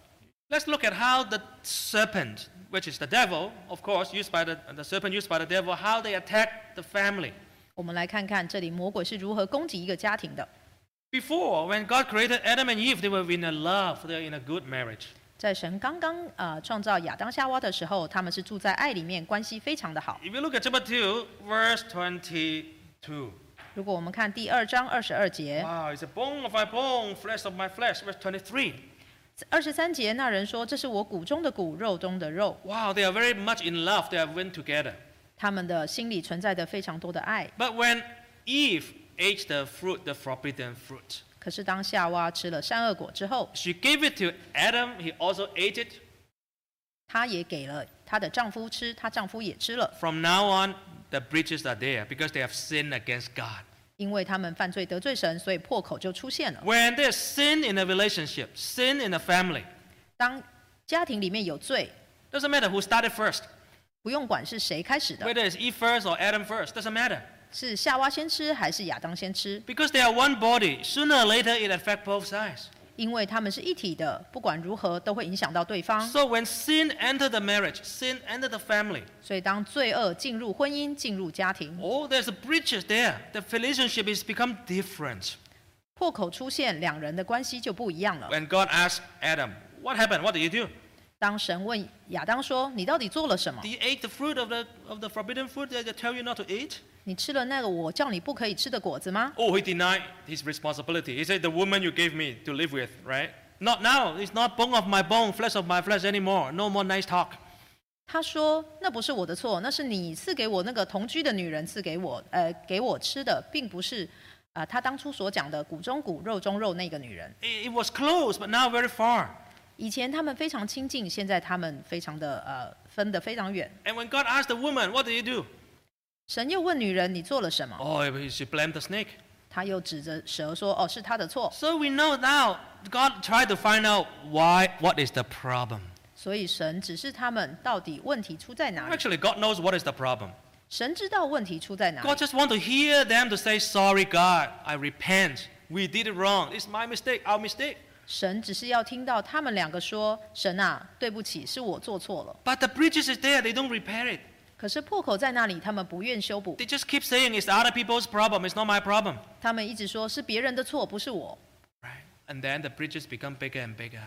Speaker 1: Let's look at how the serpent, which is the devil, of course, used by the, the serpent used by the devil, how they attack the family. ”
Speaker 2: 我们来看看这里魔鬼是如何攻击一个家庭的。
Speaker 1: Before, when God created Adam and Eve, they were in a love, they were in a good marriage.
Speaker 2: 在神刚刚呃创造亚当夏娃的时候，他们是住在爱里面，关系非常的好。
Speaker 1: If you look at chapter 2, verse 22.
Speaker 2: 如果我们看第二章二十二节、
Speaker 1: Wow, it's a bone of my bone, flesh of my flesh. Verse 23.
Speaker 2: 二十三节，那人说：“这是我骨中的骨，肉中的肉。
Speaker 1: Wow, they are very much in love. They are went together. ”
Speaker 2: 他们的心里存在着非常多的爱。
Speaker 1: But when Eve ate the fruit, the forbidden fruit,
Speaker 2: 可是当夏娃吃了善恶果之后，
Speaker 1: she gave it to Adam. He also ate it.
Speaker 2: 她也给了她的丈夫吃，她丈夫也吃了，
Speaker 1: From now on, the breaches are there because they have sinned against God.
Speaker 2: 因为他们犯罪得罪神，所以破口就出现了。
Speaker 1: When there's sin in a relationship, sin in a family,
Speaker 2: 当家庭里面有罪，
Speaker 1: doesn't matter who started first,
Speaker 2: 不用管是谁开始的，
Speaker 1: whether it's Eve first or Adam first, doesn't matter.
Speaker 2: 是夏娃先吃还是亚当先吃，
Speaker 1: Because they are one body, sooner or later it affects both sides.
Speaker 2: 因为他们是一体的，不管如何都会影响到对方。
Speaker 1: So when sin entered the marriage, sin entered the family,
Speaker 2: 所以当罪恶进入婚姻、进入家庭，
Speaker 1: oh, there's a breaches there. The relationship has become different.
Speaker 2: 破口出现，两人的关系就不一样了。
Speaker 1: When God asked Adam, What happened? What did you do?
Speaker 2: 当神问亚当说：“你到底做了什么
Speaker 1: Did？you eat the fruit of the, of the forbidden fruit that I tell you not to eat?
Speaker 2: 你吃了那个我叫你不可以吃的果子吗？”
Speaker 1: Oh, he denied his responsibility. He said, The woman you gave me to live with, right? Not now. It's not bone of my bone, flesh of my flesh anymore. No more nice talk.
Speaker 2: 他说：“那不是我的错，那是你赐给我那个同居的女人赐给我，呃，给我吃的，并不是啊、呃他当初所讲的骨中骨、肉中肉那个女人。
Speaker 1: It, it was close, but now very far.
Speaker 2: 以前他们非常亲近，现在他们非常的呃分得非常远。
Speaker 1: And when God asked the woman, What did you do?
Speaker 2: 神又问女人：你做了什么？
Speaker 1: Oh, he- she blamed the snake.
Speaker 2: 她又指着蛇说：哦，是他的错。
Speaker 1: So we know now God tried to find out why, what is the problem.
Speaker 2: 所以神指示他们到底问题出在哪里。
Speaker 1: Actually, God knows what is the problem.
Speaker 2: 神知道问题出在哪
Speaker 1: God
Speaker 2: 里。
Speaker 1: just want to hear them to say, "Sorry, God, I repent. We did it wrong. It's my mistake. Our mistake."
Speaker 2: 神只是要听到他们两个说：神啊，对不起，是我做错了。
Speaker 1: But the breaches is there. They don't repair it.
Speaker 2: 可是破口在那里，他们不愿修补。
Speaker 1: They just keep saying it's other people's problem. It's not my problem.
Speaker 2: 他们一直说是别人的错，不是我，
Speaker 1: Right? And then the breaches become bigger and bigger.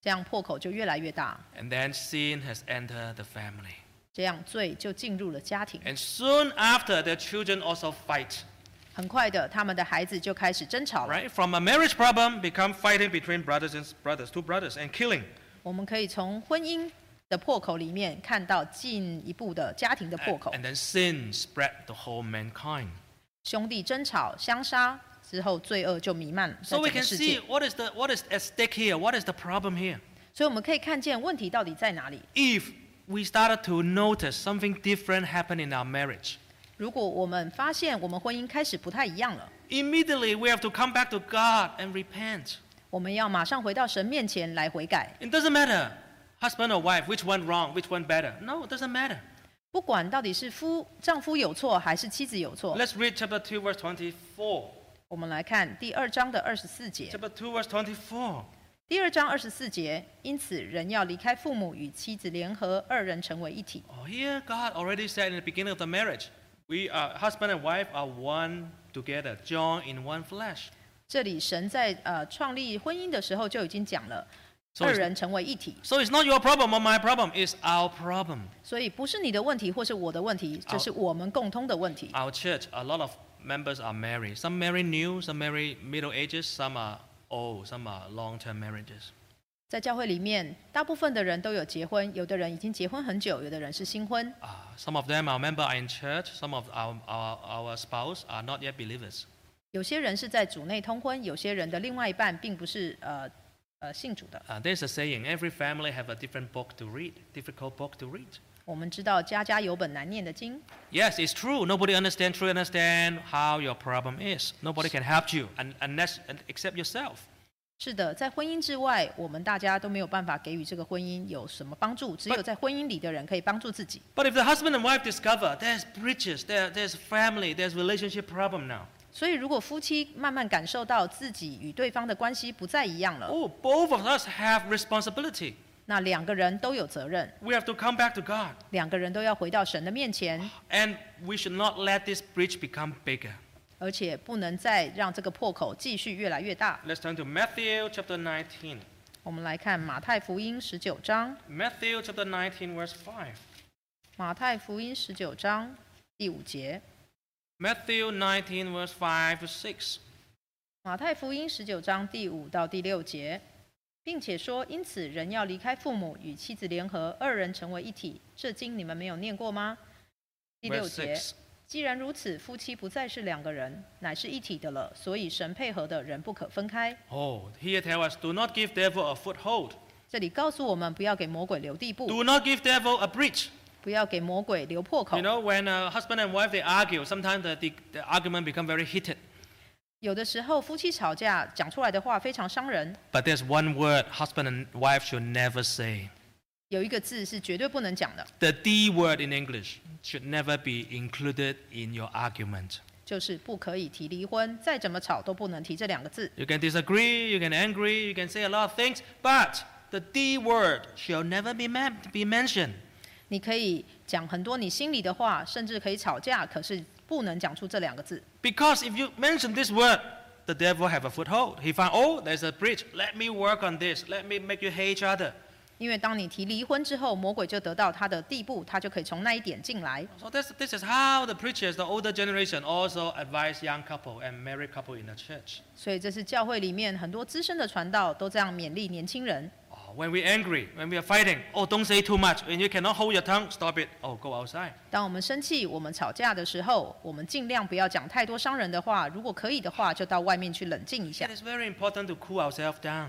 Speaker 2: 这样破口就越来越大，
Speaker 1: And then sin has entered the family.
Speaker 2: 这样罪就进入了家庭。
Speaker 1: And soon after, their children also fight.
Speaker 2: 很快的，他们的孩子就开始争吵了。
Speaker 1: Right? From a marriage problem, become fighting between brothers and s- brothers, two brothers, and killing.
Speaker 2: 我们可以从婚姻的破口里面看到进一步的家庭的破
Speaker 1: And,
Speaker 2: 口，
Speaker 1: and then sin spread to whole mankind.
Speaker 2: 兄弟争吵、相杀之后，罪恶就弥漫了在
Speaker 1: So we
Speaker 2: 整个
Speaker 1: can
Speaker 2: 世
Speaker 1: see
Speaker 2: 界。
Speaker 1: what is the what is at stake here. What is the problem here?
Speaker 2: 所以我们可以看见问题到底在哪里。
Speaker 1: If we started to notice something different happen in our marriage,
Speaker 2: 如果我们发现我们婚姻开始不太一样了，
Speaker 1: immediately we have to come back to God and repent.
Speaker 2: 我们要马上回到神面前来悔改。
Speaker 1: It doesn't matter, husband or wife, which one wrong, which one better. No, it doesn't matter.
Speaker 2: 不管到底是夫丈夫有错还是妻子有错，
Speaker 1: Let's read chapter 2, verse 24.
Speaker 2: 我们来看第二章的二十四节。
Speaker 1: Chapter 2, verse 24.
Speaker 2: 第二章二十四节，因此人要离开父母与妻子联合，二人成为一体。
Speaker 1: Oh, here God already said in the beginning of the marriage, we are husband and wife are one together, joined in one flesh.
Speaker 2: 这里神在呃创立婚姻的时候就已经讲了，
Speaker 1: 所以
Speaker 2: 二
Speaker 1: 是
Speaker 2: 人成为一体，
Speaker 1: So it's not your problem or my problem, it's our problem.
Speaker 2: 所以不是你的问题或是我的问题，这是我们共通的问题。
Speaker 1: Our church, a lot of members are married. Some marry new, some marry middle ages, some are old, some are long-term marriages.
Speaker 2: 在教会里面，大部分的人都有结婚，有的人已经结婚很久，有的人是新婚。
Speaker 1: Uh, some of them, our member, are in church. Some of our, our, our spouse are not yet believers.
Speaker 2: 有些人是在主内通婚，有些人的另外一半并不是呃呃信主的。
Speaker 1: Uh, there's a saying: every family have a different book to read, difficult book to read.
Speaker 2: 我们知道家家有本难念的经，
Speaker 1: Yes, it's true. Nobody understand, truly understand how your problem is. Nobody can help you un- unless un- except yourself.
Speaker 2: 是的，在婚姻之外，我们大家都没有办法给予这个婚姻有什么帮助，只有在婚姻里的人可以帮助自己。
Speaker 1: But if the husband and wife discover there's breaches, there, there's family, there's relationship problem now.
Speaker 2: 所以，如果夫妻慢慢感受到自己与对方的关系不再一样了，
Speaker 1: Oh, both of us have responsibility.
Speaker 2: 那两个人都有责任，
Speaker 1: We have to come back to God,
Speaker 2: 两个人都要回到神的面前，
Speaker 1: and we should not let this breach become bigger.
Speaker 2: 而且不能再让这个破口继续越来越大。
Speaker 1: Let's turn to Matthew chapter 19.
Speaker 2: 我们来看马太福音十九章，
Speaker 1: Matthew chapter 19, verse 5.
Speaker 2: 马太福音十九章第五节，
Speaker 1: Matthew 19, verse 5 to 6.
Speaker 2: 马太福音十九章第五到第六节，并且说，因此人要离开父母，与妻子联合，二人成为一体。这经你们没有念过吗？第六
Speaker 1: Verse
Speaker 2: 节，
Speaker 1: 6.
Speaker 2: 既然如此，夫妻不再是两个人，乃是一体的了。所以神配合的人不可分开。
Speaker 1: Oh, here tell us, do not give devil a foothold.
Speaker 2: 这里告诉我们，不要给魔鬼留地步，
Speaker 1: Do not give devil a breach.
Speaker 2: 不要给魔鬼留破口
Speaker 1: You。know, when a husband and wife they argue, sometimes the, the, the argument become very heated.
Speaker 2: 有的时候夫妻吵架讲出来的话非常伤人，
Speaker 1: But there's one word husband and wife should never say.
Speaker 2: 有一个字是绝对不能讲的，
Speaker 1: The D word in English should never be included in your argument.
Speaker 2: 就是不可以提离婚。再怎么吵都不能提这两个字。
Speaker 1: You can disagree, you can angry, you can say a lot of things, but the D word shall never be, men- be mentioned.
Speaker 2: 你可以讲很多你心里的话，甚至可以吵架，可是不能讲出这两个字，
Speaker 1: Because if you mention this word, the devil have a foothold. He find, oh, there's a breach. Let me work on this. Let me make you hate each other.
Speaker 2: 因为当你提离婚之后，魔鬼就得到他的地步，他就可以从那一点进来。
Speaker 1: So this, this is how the preachers, the older generation, also advise young couple and married couple in the church.
Speaker 2: 所以这是教会里面很多资深的传道都这样勉励年轻人：
Speaker 1: Oh, when we're angry, when we are fighting, oh, don't say too much. When you cannot hold your tongue, stop it. Oh, go outside.
Speaker 2: 当我们生气、我们吵架的时候，我们尽量不要讲太多伤人的话，如果可以的话，就到外面去冷静一下
Speaker 1: It，is very important to cool ourselves down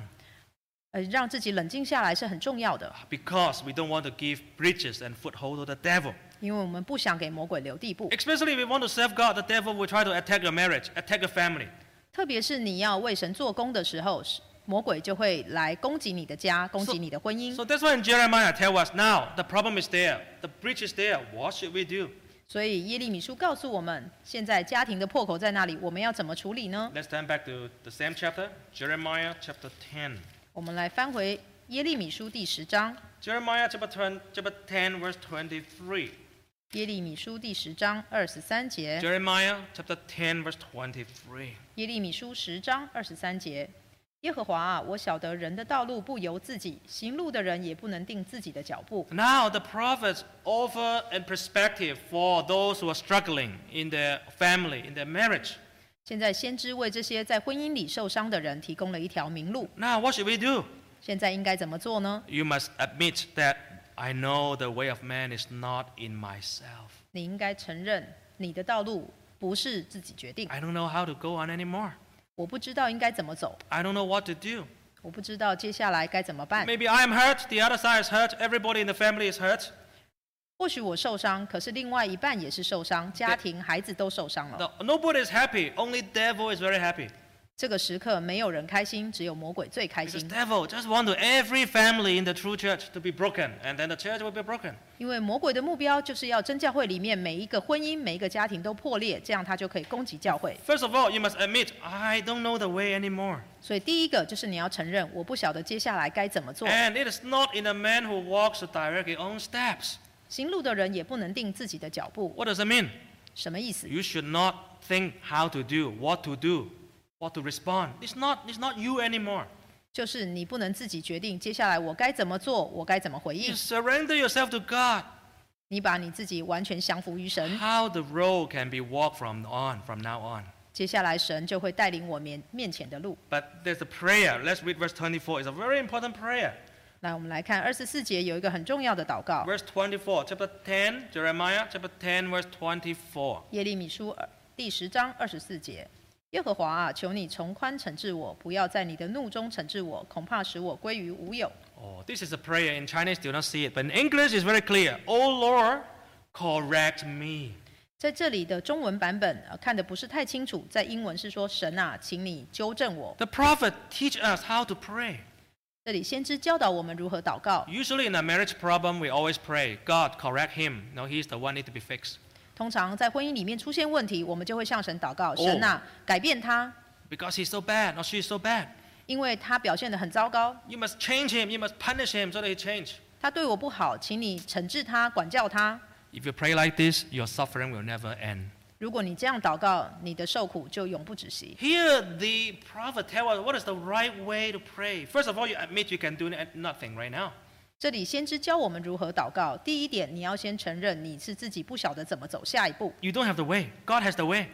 Speaker 2: 呃，让自己冷静下来是很重要的，
Speaker 1: because we don't want to give breaches and foothold to the devil.
Speaker 2: 因为我们不想给魔鬼留地步。
Speaker 1: Especially if we want to serve God, the devil will try to attack your marriage, attack your family.
Speaker 2: 特别是你要为神做工的时候，是魔鬼就会来攻击你的家，攻击你的婚姻。
Speaker 1: So that's why in Jeremiah tell us now the problem is there, the breach is there. What should we do?
Speaker 2: 所以耶利米书告诉我们，现在家庭的破口在哪里？我们要怎么处理呢？
Speaker 1: Let's turn back to the same chapter, Jeremiah chapter 10.
Speaker 2: 我们来翻回耶利米书第十章，
Speaker 1: Jeremiah chapter 10, chapter 10 verse 23.
Speaker 2: 耶利米书第十章二十三节。
Speaker 1: Jeremiah chapter 10 verse 23.
Speaker 2: 耶利米书十章二十三节：耶和华啊，我晓得人的道路不由自己，行路的人也不能定自己的脚步。
Speaker 1: Now the prophets offer a perspective for those who are struggling in their family, in their marriage.
Speaker 2: 现在先知为这些在婚姻里受伤的人提供了一条明路。
Speaker 1: Now what should we do?
Speaker 2: 现在应该怎么做呢？
Speaker 1: You must admit that I know the way of man is not in myself.
Speaker 2: 你应该承认你的道路不是自己决定。
Speaker 1: I don't know how to go on anymore.
Speaker 2: 我不知道应该怎么走，
Speaker 1: I don't know what to do.
Speaker 2: 我不知道接下来该怎么办。
Speaker 1: Maybe I am hurt, the other side is hurt, everybody in the family is hurt.
Speaker 2: 或许我受伤，可是另外一半也是受伤，家庭、孩子都受伤了。
Speaker 1: No- nobody is happy, only devil is very happy.
Speaker 2: 这个时刻，没有人开心，只有魔鬼最开
Speaker 1: Because
Speaker 2: 心，
Speaker 1: devil just want to every family in the true church to be broken, and then the church will be broken.
Speaker 2: 因为魔鬼的目标就是要真教会里面每一个婚姻、每一个家庭都破裂，这样他就可以攻击教会。
Speaker 1: First of all, you must admit, I don't know the way anymore.
Speaker 2: 所以，第一个就是你要承认，我不晓得接下来该怎么做。
Speaker 1: And it is not in a man who walks to direct his own steps.
Speaker 2: 行路的人也不能定自己的脚步，
Speaker 1: What does that mean?
Speaker 2: 什么意思？
Speaker 1: You should not think how to do, what to do, what to respond. It's not, it's not you anymore.
Speaker 2: 就是你不能自己决定接下来我该怎么做，我该怎么回
Speaker 1: You
Speaker 2: 应。
Speaker 1: surrender yourself to God.
Speaker 2: 你把你自己完全降服于神，
Speaker 1: How the road can be walked from on, from now on.
Speaker 2: 接下来神就会带领我面面前的路。
Speaker 1: But there's a prayer. Let's read verse 24. It's a very important prayer.
Speaker 2: 来，我们来看二十四节有一个很重要的祷告，
Speaker 1: Verse 24, chapter 10, Jeremiah chapter 10, verse 24.
Speaker 2: 耶利米书二第十章二十四节。耶和华啊，求你从宽惩治我，不要在你的怒中惩治我，恐怕使我归于无有。
Speaker 1: Oh, this is a prayer. In Chinese, do not see it, but in English, it's very clear. Oh Lord, correct me.
Speaker 2: 在这里的中文版本、呃、看的不是太清楚，在英文是说神啊，请你纠正我。
Speaker 1: The prophet teach us how to pray.
Speaker 2: 这里先知教导我们如何祷告。
Speaker 1: Usually in a marriage problem, we always pray, God, correct him. No, he's the one need to be fixed.
Speaker 2: 通常在婚姻里面出现问题，我们就会向神祷告：神啊，改变他，
Speaker 1: Because he's so bad or she's so bad.
Speaker 2: 因为他表现得很糟糕，
Speaker 1: You must change him. You must punish him so that he change.
Speaker 2: 他对我不好，请你惩治他，管教他。
Speaker 1: If you pray like this, your suffering will never end.
Speaker 2: 如果你这样祷告，你的受苦就永不止息。
Speaker 1: Here, the prophet tell us what is the right way to pray. First of all, you admit you can do nothing right now.
Speaker 2: 这里先知教我们如何祷告。第一点，你要先承认你是自己不晓得怎么走下一步，
Speaker 1: You don't have the way. God has the way.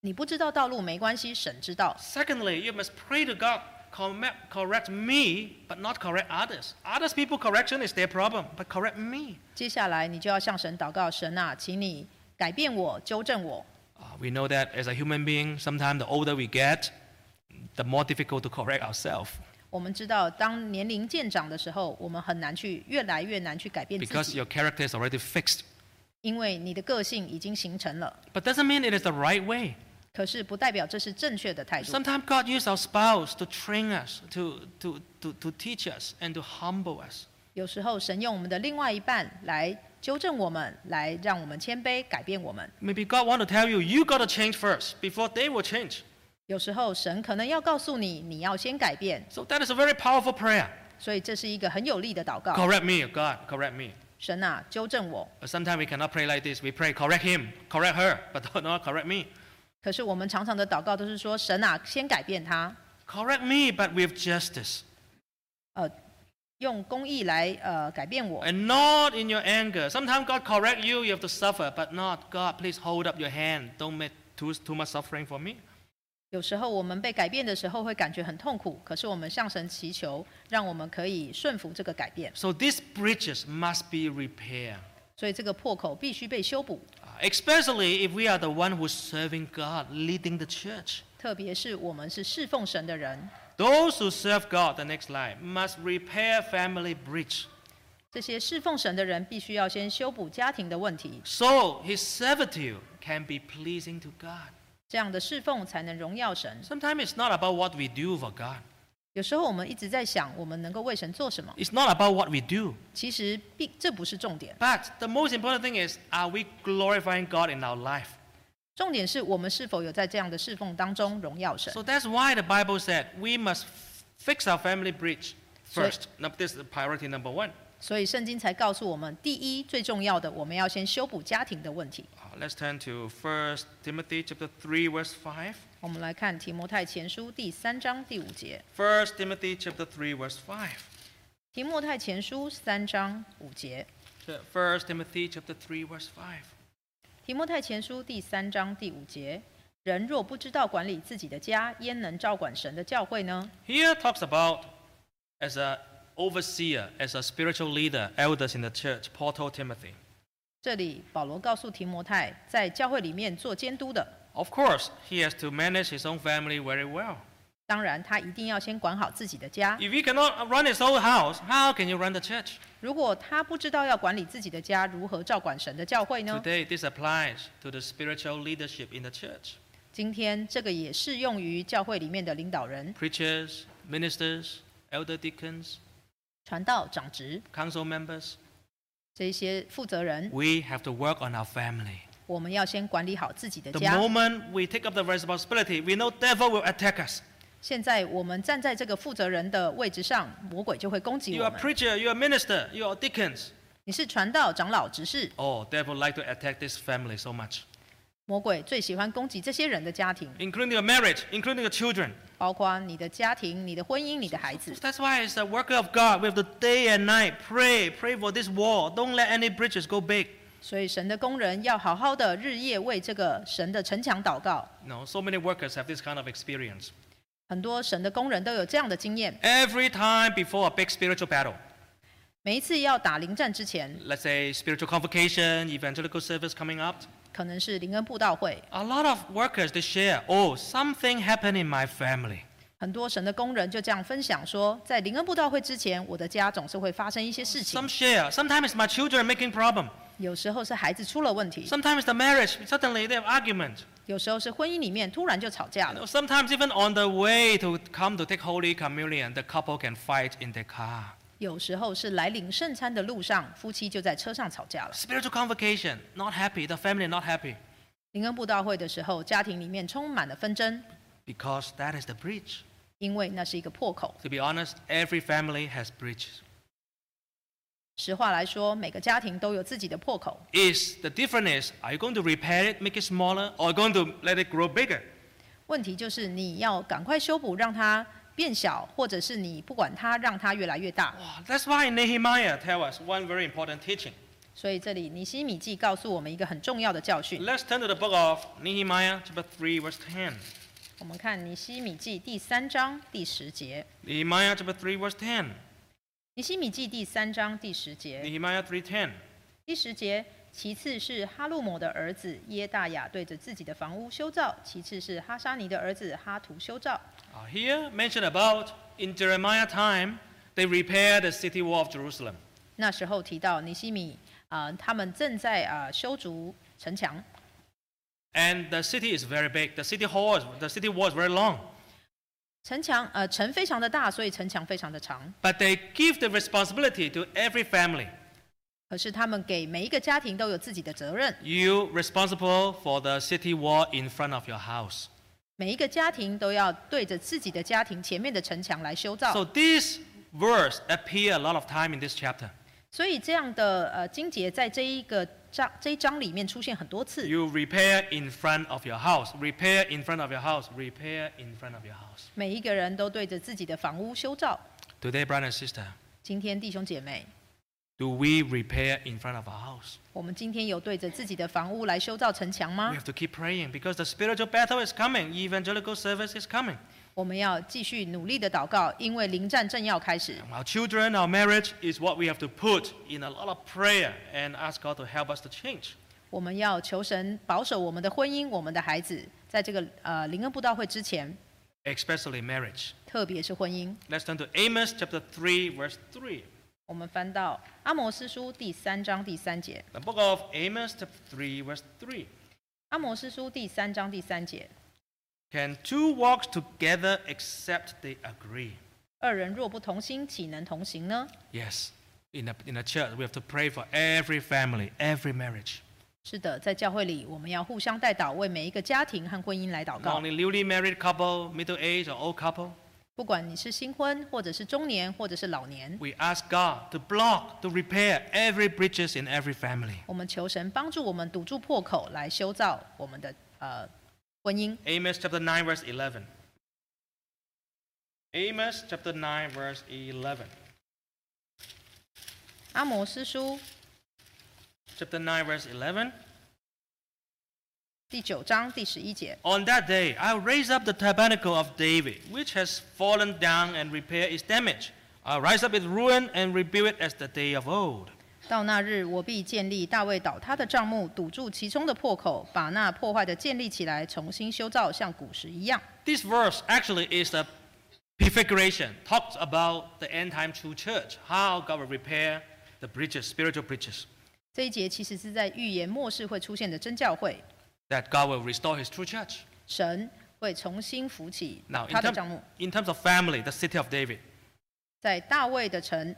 Speaker 2: 你不知道道路没关系，神知道。
Speaker 1: Secondly, you must pray to God, "Correct- correct me, but not correct others. Others people correction is their problem, but correct me.
Speaker 2: 接下来你就要向神祷告：神啊，请你改变我，纠正我。
Speaker 1: Uh, we know that as a human being, sometimes the older we get, the more difficult to correct ourselves
Speaker 2: 我们知道，当年龄渐长的时候，我们很难去越来越难去改变自
Speaker 1: because
Speaker 2: 己，
Speaker 1: your character is already fixed.
Speaker 2: 因为你的个性已经形成了。
Speaker 1: But doesn't mean it is the right way.
Speaker 2: 可是不代表这是正确的态度。
Speaker 1: Sometimes God uses our spouse to train us, to, to, to, to teach us, and to humble us.
Speaker 2: 有时候神用我们的另外一半来纠正我们，来让我们谦卑，改变我们。
Speaker 1: Maybe God want to tell you, you got to change first before they will change.
Speaker 2: 有时候神可能要告诉你，你要先改变，
Speaker 1: So that is a very powerful prayer.
Speaker 2: 所以这是一个很有力的祷告。
Speaker 1: Correct me, God, correct me.
Speaker 2: 神啊，纠正我。
Speaker 1: But sometimes we cannot pray like this. We pray, correct him, correct her, but do not correct me.
Speaker 2: 可是我们常常的祷告都是说，神啊，先改变他，
Speaker 1: Correct me, but with justice.
Speaker 2: 呃用公义来呃改变我。
Speaker 1: And not in your anger. Sometimes God correct you, you have to suffer, but not God, please hold up your hand. Don't make too, too much suffering for me.
Speaker 2: 有时候我们被改变的时候会感觉很痛苦，可是我们向神祈求，让我们可以顺服这个改变。
Speaker 1: So these bridges must be repaired.
Speaker 2: 所以这个破口必须被修补，
Speaker 1: Uh, Especially if we are the one who's serving God, leading the church.
Speaker 2: 特别是我们是侍奉神的人，
Speaker 1: Those who serve God, the next line, must repair family breach.
Speaker 2: 这些侍奉神的人必须要先修补家庭的问题，
Speaker 1: So his servitude can be pleasing to God.
Speaker 2: 这样的侍奉才能荣耀神。
Speaker 1: Sometimes it's not about what we do for God.
Speaker 2: 有时候我们一直在想，我们能够为神做什么？
Speaker 1: It's not about what we do.
Speaker 2: 其实并这不是重点，
Speaker 1: But the most important thing is are we glorifying God in our life?
Speaker 2: 重点是我们是否有在这样的侍奉当中荣耀神
Speaker 1: So。that's why the Bible said we must f- fix our family breach
Speaker 2: So-
Speaker 1: first. Now, this is priority number one.
Speaker 2: 所以圣经才告诉我们，第一最重要的，我们要先修补家庭的问题。
Speaker 1: Uh, let's turn to 1 Timothy chapter 3 verse 5.
Speaker 2: 我们来看提摩太前书第三章第五节，
Speaker 1: 1 Timothy chapter 3 verse 5.
Speaker 2: 提摩太前书三章五节，
Speaker 1: 1 Timothy chapter 3 verse 5.
Speaker 2: 提摩太前书第三章第五节，人若不知道管理自己的家，焉能照管神的教会呢？
Speaker 1: Here talks about as a overseer, as a spiritual leader, elders in the church, Paul told Timothy.
Speaker 2: 这里保罗告诉提摩太，在教会里面做监督的，
Speaker 1: Of course, he has to manage his own family very well.
Speaker 2: 当然他一定要先管好自己的家。
Speaker 1: If he cannot run his own house, how can you run the church?
Speaker 2: 如果他不知道要管理自己的家，如何照管神的教会呢？
Speaker 1: Today, this applies to the spiritual leadership in the church
Speaker 2: 今天这个也适用于教会里面的领导人、
Speaker 1: preachers, ministers, elder deacons,
Speaker 2: 传道、长职
Speaker 1: council members.
Speaker 2: 这些负责人，
Speaker 1: We have to work on our family.
Speaker 2: 我们要先管理好自己的
Speaker 1: The
Speaker 2: 家。
Speaker 1: moment we take up the responsibility, we know devil will attack us.
Speaker 2: 现在我们站在这个负责人的位置上，魔鬼就会攻击
Speaker 1: You
Speaker 2: 我
Speaker 1: are
Speaker 2: 们。
Speaker 1: preacher, you are minister, you are deacons.
Speaker 2: 你是传道、长老、执事，
Speaker 1: Oh, devil like to attack this family so much,
Speaker 2: 魔鬼最喜欢攻击这些人的家庭，
Speaker 1: including your marriage, including your children.
Speaker 2: 包括你的家庭、你的婚姻、你的孩子
Speaker 1: So。That's why as a worker of God, we have to day and night pray, pray for this wall. Don't let any bridges go big.
Speaker 2: 所以神的工人要好好的日夜为这个神的城墙祷告。
Speaker 1: You know, so many workers have this kind of experience.
Speaker 2: 很多神的工人都有这样的经验，
Speaker 1: Every time before a big spiritual battle,
Speaker 2: 每一次要打临战之前，
Speaker 1: let's say spiritual convocation, evangelical service coming up,
Speaker 2: 可能是灵恩布道会，
Speaker 1: a lot of workers they share, oh, something happened in my family.
Speaker 2: 很多神的工人就这样分享说，在灵恩布道会之前，我的家总是会发生一些事情
Speaker 1: Some，share. Sometimes it's my children making problem.
Speaker 2: 有时候是孩子出了问题，
Speaker 1: Sometimes the marriage. Suddenly they have argument.
Speaker 2: 有时候是婚姻里面突然就吵架
Speaker 1: You
Speaker 2: 了
Speaker 1: know,，Sometimes even on the way to come to take Holy Communion, the couple can fight in their car.
Speaker 2: 有时候是来领圣餐的路上，夫妻就在车上吵架了。
Speaker 1: Spiritual convocation. Not happy. The family not happy.
Speaker 2: 灵恩布道会的时候，家庭里面充满了纷争，
Speaker 1: Because that is the breach.
Speaker 2: 因为那是一个破口。
Speaker 1: To be honest, every family has breaches.
Speaker 2: 实话来说，每个家庭都有自己的破口，
Speaker 1: Is the difference is are you going to repair it, make it smaller, or going to let it grow bigger?
Speaker 2: 问题就是你要赶快修补，让它变小，或者是你不管它，让它越来越大。
Speaker 1: Wow, Ah, that's why Nehemiah tell us one very important teaching.
Speaker 2: 所以这里尼西米记告诉我们一个很重要的教训。
Speaker 1: Let's turn to the book of Nehemiah, chapter 3, verse 10.
Speaker 2: 我们看尼西米记第三章第十节，
Speaker 1: Nehemiah chapter 3, verse 10.
Speaker 2: 尼西米记第三章第十节，
Speaker 1: Nehemiah 3:10.
Speaker 2: 第十节。其次是哈路姆的儿子耶大雅对着自己的房屋修造，其次是哈沙尼的儿子哈图修造。
Speaker 1: Uh, here mentioned about in Jeremiah time, they repair the city wall of Jerusalem.
Speaker 2: 那时候提到尼西米啊、呃他们正在啊、呃修筑城墙，
Speaker 1: And the city is very big. The city hall is, the city wall is very long.
Speaker 2: 城墙呃城非常的大，所以城墙非常的长。
Speaker 1: But they give the responsibility to every family.
Speaker 2: 可是他们给每一个家庭都有自己的责任，
Speaker 1: You responsible for the city wall in front of your house.
Speaker 2: 每一个家庭都要对着自己的家庭前面的城墙来修造。
Speaker 1: So this verse appear a lot of time in this chapter.
Speaker 2: 所以这样的呃经节在这一个章这一章里面出现很多次。
Speaker 1: You repair in front of your house. Repair in front of your house. Repair in front of your house.
Speaker 2: 每一个人都对着自己的房屋修造。
Speaker 1: Today, brother and sister,
Speaker 2: 今天弟兄姐妹，
Speaker 1: do we repair in front of our house?
Speaker 2: 我们今天有对着自己的房屋来修造城墙吗
Speaker 1: We？have to keep praying because the spiritual battle is coming. Evangelical service is coming.
Speaker 2: 我们要继续努力的祷告，因为临战正要开始。
Speaker 1: Our children, our marriage is what we have to put in a lot of prayer and ask God to help us to change.
Speaker 2: 我们要求神保守我们的婚姻、我们的孩子，在这个呃灵恩布道会之前，
Speaker 1: Especially marriage.
Speaker 2: 特别是婚姻。
Speaker 1: Let's turn to Amos chapter 3, verse 3.
Speaker 2: 我们翻到阿摩斯书第三章第三节，
Speaker 1: The book of Amos chapter 3, verse 3.
Speaker 2: 阿摩斯书第三章第三节：
Speaker 1: Can two walk together except they agree?
Speaker 2: 二人若不同心，岂能同行呢？
Speaker 1: Yes. In a, in a church, we have to pray for every family, every marriage.
Speaker 2: 是的，在教会里，我们要互相代祷，为每一个家庭和婚姻来祷
Speaker 1: Not
Speaker 2: 告。
Speaker 1: only newly married couple, middle aged or old couple.
Speaker 2: 不管你是新婚，或者是中年，或者是老年，
Speaker 1: We ask God to block, to repair every breaches in every family.
Speaker 2: 我们求神帮助我们堵住破口，来修造我们的呃婚姻。
Speaker 1: Amos chapter 9, verse 11. Amos chapter 9, verse 11.
Speaker 2: 阿摩斯书
Speaker 1: Chapter 9, verse 11.
Speaker 2: 第九章第十一节。
Speaker 1: On that day, I'll raise up the tabernacle of David, which has fallen down, and repair its damage. I'll rise up its ruin and rebuild it as the day of old.
Speaker 2: 到那日，我必建立大卫倒塌的帐幕，堵住其中的破口，把那破坏的建立起来，重新修造，像古时一样。
Speaker 1: This verse actually is a prefiguration, talks about the end time true church, how God will repair the breaches, spiritual breaches,
Speaker 2: 这一节其实是在预言末世会出现的真教会，
Speaker 1: that God will restore his true church.
Speaker 2: 神会重新扶起
Speaker 1: Now, in,
Speaker 2: 他的
Speaker 1: term-
Speaker 2: 帐幕，
Speaker 1: in terms of family, the city of David,
Speaker 2: 在大卫的城，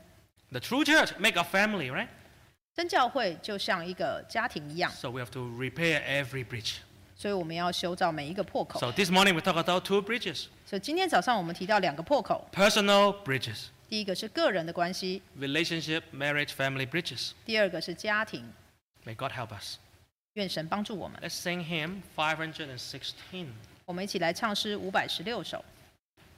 Speaker 1: the true church make a family, right?
Speaker 2: 真教会就像一个家庭一样，
Speaker 1: So we have to repair every breach.
Speaker 2: 所以我们要修造每一个破口。
Speaker 1: So this morning we talk about two breaches,
Speaker 2: 所以今天早上我们提到两个破口，
Speaker 1: personal breaches.
Speaker 2: 第一个是个人的关系，
Speaker 1: relationship, marriage, family bridges.
Speaker 2: 第二个是家庭。
Speaker 1: May God help us.
Speaker 2: 愿神帮助我们，
Speaker 1: Let's sing hymn 516.
Speaker 2: 我们一起来唱诗五百十六首。